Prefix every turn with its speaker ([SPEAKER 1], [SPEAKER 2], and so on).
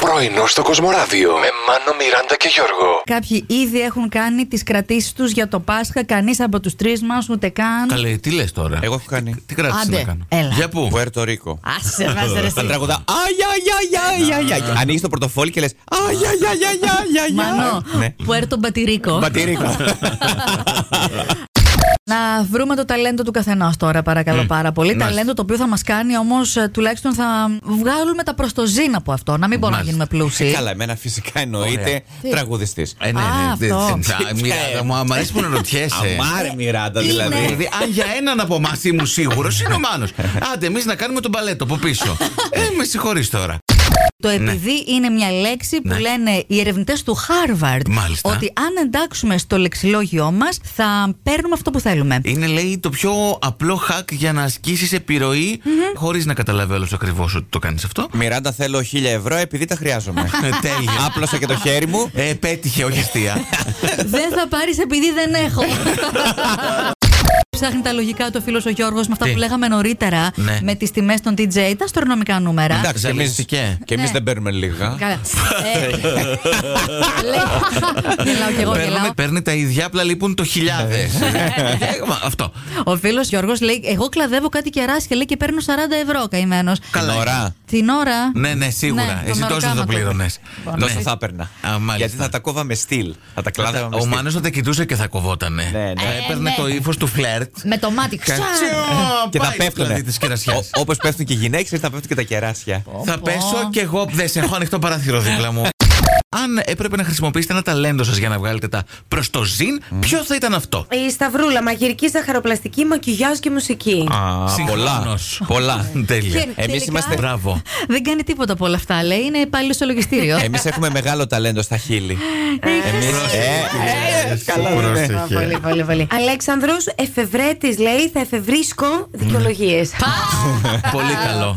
[SPEAKER 1] Πρωινό στο Κοσμοράδιο με Μάνο, Μιράντα και Γιώργο.
[SPEAKER 2] Κάποιοι ήδη έχουν κάνει τις κρατήσεις τους για το Πάσχα. Κανείς από τους τρεις μας ούτε καν.
[SPEAKER 3] Καλέ, τι λες τώρα.
[SPEAKER 4] Εγώ έχω κάνει.
[SPEAKER 3] Τι κράτησε
[SPEAKER 2] Άντε,
[SPEAKER 3] να κάνω.
[SPEAKER 2] έλα.
[SPEAKER 3] Για πού.
[SPEAKER 4] Πουέρτο Ρίκο.
[SPEAKER 2] Άσε μας, ρε, εσύ.
[SPEAKER 4] Τα τραγουδά. Αγια, αγια, αγια, αγια. Ανοίγεις το πορτοφόλι και λες. Αγια, αγια, αγια, αγια, αγια.
[SPEAKER 2] Μανώ,
[SPEAKER 4] Ναι.
[SPEAKER 2] Πουέρτο Μπατηρίκο.
[SPEAKER 4] Μπατηρίκο.
[SPEAKER 2] Να βρούμε το ταλέντο του καθενός τώρα, παρακαλώ πάρα πολύ. Ταλέντο το οποίο θα μας κάνει όμως τουλάχιστον θα βγάλουμε τα προστοζήν από αυτό. Να μην μπορούμε να
[SPEAKER 3] Μάλιστα.
[SPEAKER 2] γίνουμε πλούσιοι.
[SPEAKER 4] Καλά, εμένα φυσικά εννοείται τραγουδιστής.
[SPEAKER 3] Ε, ναι,
[SPEAKER 2] Α,
[SPEAKER 3] ναι,
[SPEAKER 2] αυτό.
[SPEAKER 3] δεν- δεν- τα- Μιράντα μου, μ' αρέσει που να ρωτιέσαι.
[SPEAKER 4] Αμάρε Μιράντα
[SPEAKER 2] Ναι.
[SPEAKER 4] δηλαδή.
[SPEAKER 3] Δηλαδή, αν για έναν από εμάς ήμουν σίγουρος, είναι ο Μάνος. Άντε, εμείς να κάνουμε τον παλέτο από πίσω. Ε, με συγχωρείς τώρα.
[SPEAKER 2] Το επειδή είναι μια λέξη που
[SPEAKER 3] Ναι.
[SPEAKER 2] λένε οι ερευνητές του Χάρβαρντ
[SPEAKER 3] Μάλιστα.
[SPEAKER 2] ότι αν εντάξουμε στο λεξιλόγιο μας θα παίρνουμε αυτό που θέλουμε.
[SPEAKER 3] Είναι, λέει, το πιο απλό hack για να ασκήσεις επιρροή χωρίς να καταλάβει όλος ακριβώς ότι το κάνεις αυτό.
[SPEAKER 4] Μιράντα θέλω 1000 ευρώ επειδή τα χρειάζομαι.
[SPEAKER 3] Ε, Τέλεια.
[SPEAKER 4] Άπλωσα και το χέρι μου.
[SPEAKER 3] Ε, πέτυχε, όχι αστεία.
[SPEAKER 2] δεν θα πάρεις επειδή δεν έχω. Ψάχνει τα λογικά του ο φίλος ο Γιώργος με αυτά
[SPEAKER 3] Τι?
[SPEAKER 2] που λέγαμε νωρίτερα
[SPEAKER 3] Ναι.
[SPEAKER 2] με τις τιμές των DJ, τα αστρονομικά νούμερα.
[SPEAKER 4] Εντάξει, εμείς-
[SPEAKER 3] Ζαλίστηκε.
[SPEAKER 4] και εμείς
[SPEAKER 2] Ναι.
[SPEAKER 4] δεν παίρνουμε λίγα.
[SPEAKER 2] Καλά. Ε, λέει, Γελάω και εγώ, γελάω. Ναι.
[SPEAKER 3] Παίρνουμε- Παίρνει τα ίδια, απλά λείπουν το χιλιάδες. Αυτό.
[SPEAKER 2] Ο φίλος Γιώργος λέει: Εγώ κλαδεύω κάτι κεράσια λέει και παίρνω 40 ευρώ καημένο.
[SPEAKER 3] Καλά.
[SPEAKER 4] Ωραία.
[SPEAKER 2] Την ώρα.
[SPEAKER 3] Ναι, ναι, σίγουρα.
[SPEAKER 2] Ναι,
[SPEAKER 3] Εσύ
[SPEAKER 2] τον Λοιπόν, ναι.
[SPEAKER 3] τόσο θα
[SPEAKER 2] αεροκάματο.
[SPEAKER 3] πλήρωνε.
[SPEAKER 4] Τόσο θα έπαιρνα.
[SPEAKER 3] Ναι. Α, μάλιστα.
[SPEAKER 4] Γιατί θα τα κόβα με στυλ. Θα τα κλάδευα με
[SPEAKER 3] Ο
[SPEAKER 4] στυλ.
[SPEAKER 3] Μάνος θα τα κοιτούσε και θα κοβότανε.
[SPEAKER 4] Ναι, ναι.
[SPEAKER 3] Θα
[SPEAKER 2] Ε,
[SPEAKER 3] έπαιρνε το ύφος του φλερτ.
[SPEAKER 2] Με το μάτι.
[SPEAKER 4] Και θα πέφτουνε.
[SPEAKER 3] Τη κερασιά.
[SPEAKER 4] Όπως πέφτουν και οι γυναίκες, θα πέφτουν και τα κεράσια.
[SPEAKER 3] Θα πέσω κι εγώ. Δεν σε έχω ανοιχτό παράθυρο δίπλα μου. Αν έπρεπε να χρησιμοποιήσετε ένα ταλέντο σας για να βγάλετε τα προς το ζήν, ποιο θα ήταν αυτό.
[SPEAKER 5] Η Σταυρούλα, μαγειρική, ζαχαροπλαστική, μακιγιάζ και μουσική.
[SPEAKER 4] Α, πολλά.
[SPEAKER 3] Συγχρόνως.
[SPEAKER 4] Πολλά.
[SPEAKER 3] Τέλεια.
[SPEAKER 2] Και-
[SPEAKER 4] Εμεί
[SPEAKER 2] Τελικά-
[SPEAKER 4] είμαστε.
[SPEAKER 3] Μπράβο.
[SPEAKER 2] Δεν κάνει τίποτα από όλα αυτά, λέει. Είναι πάλι στο λογιστήριο.
[SPEAKER 3] Ε,
[SPEAKER 4] Εμείς έχουμε μεγάλο ταλέντο στα χείλη. Εμεί.
[SPEAKER 3] ε,
[SPEAKER 4] ε,
[SPEAKER 3] Πρόσεχε.
[SPEAKER 2] Πολύ, πολύ, πολύ.
[SPEAKER 5] Αλέξανδρος Εφευρέτης λέει θα εφευρίσκω δικαιολογίες.
[SPEAKER 3] Πολύ καλό.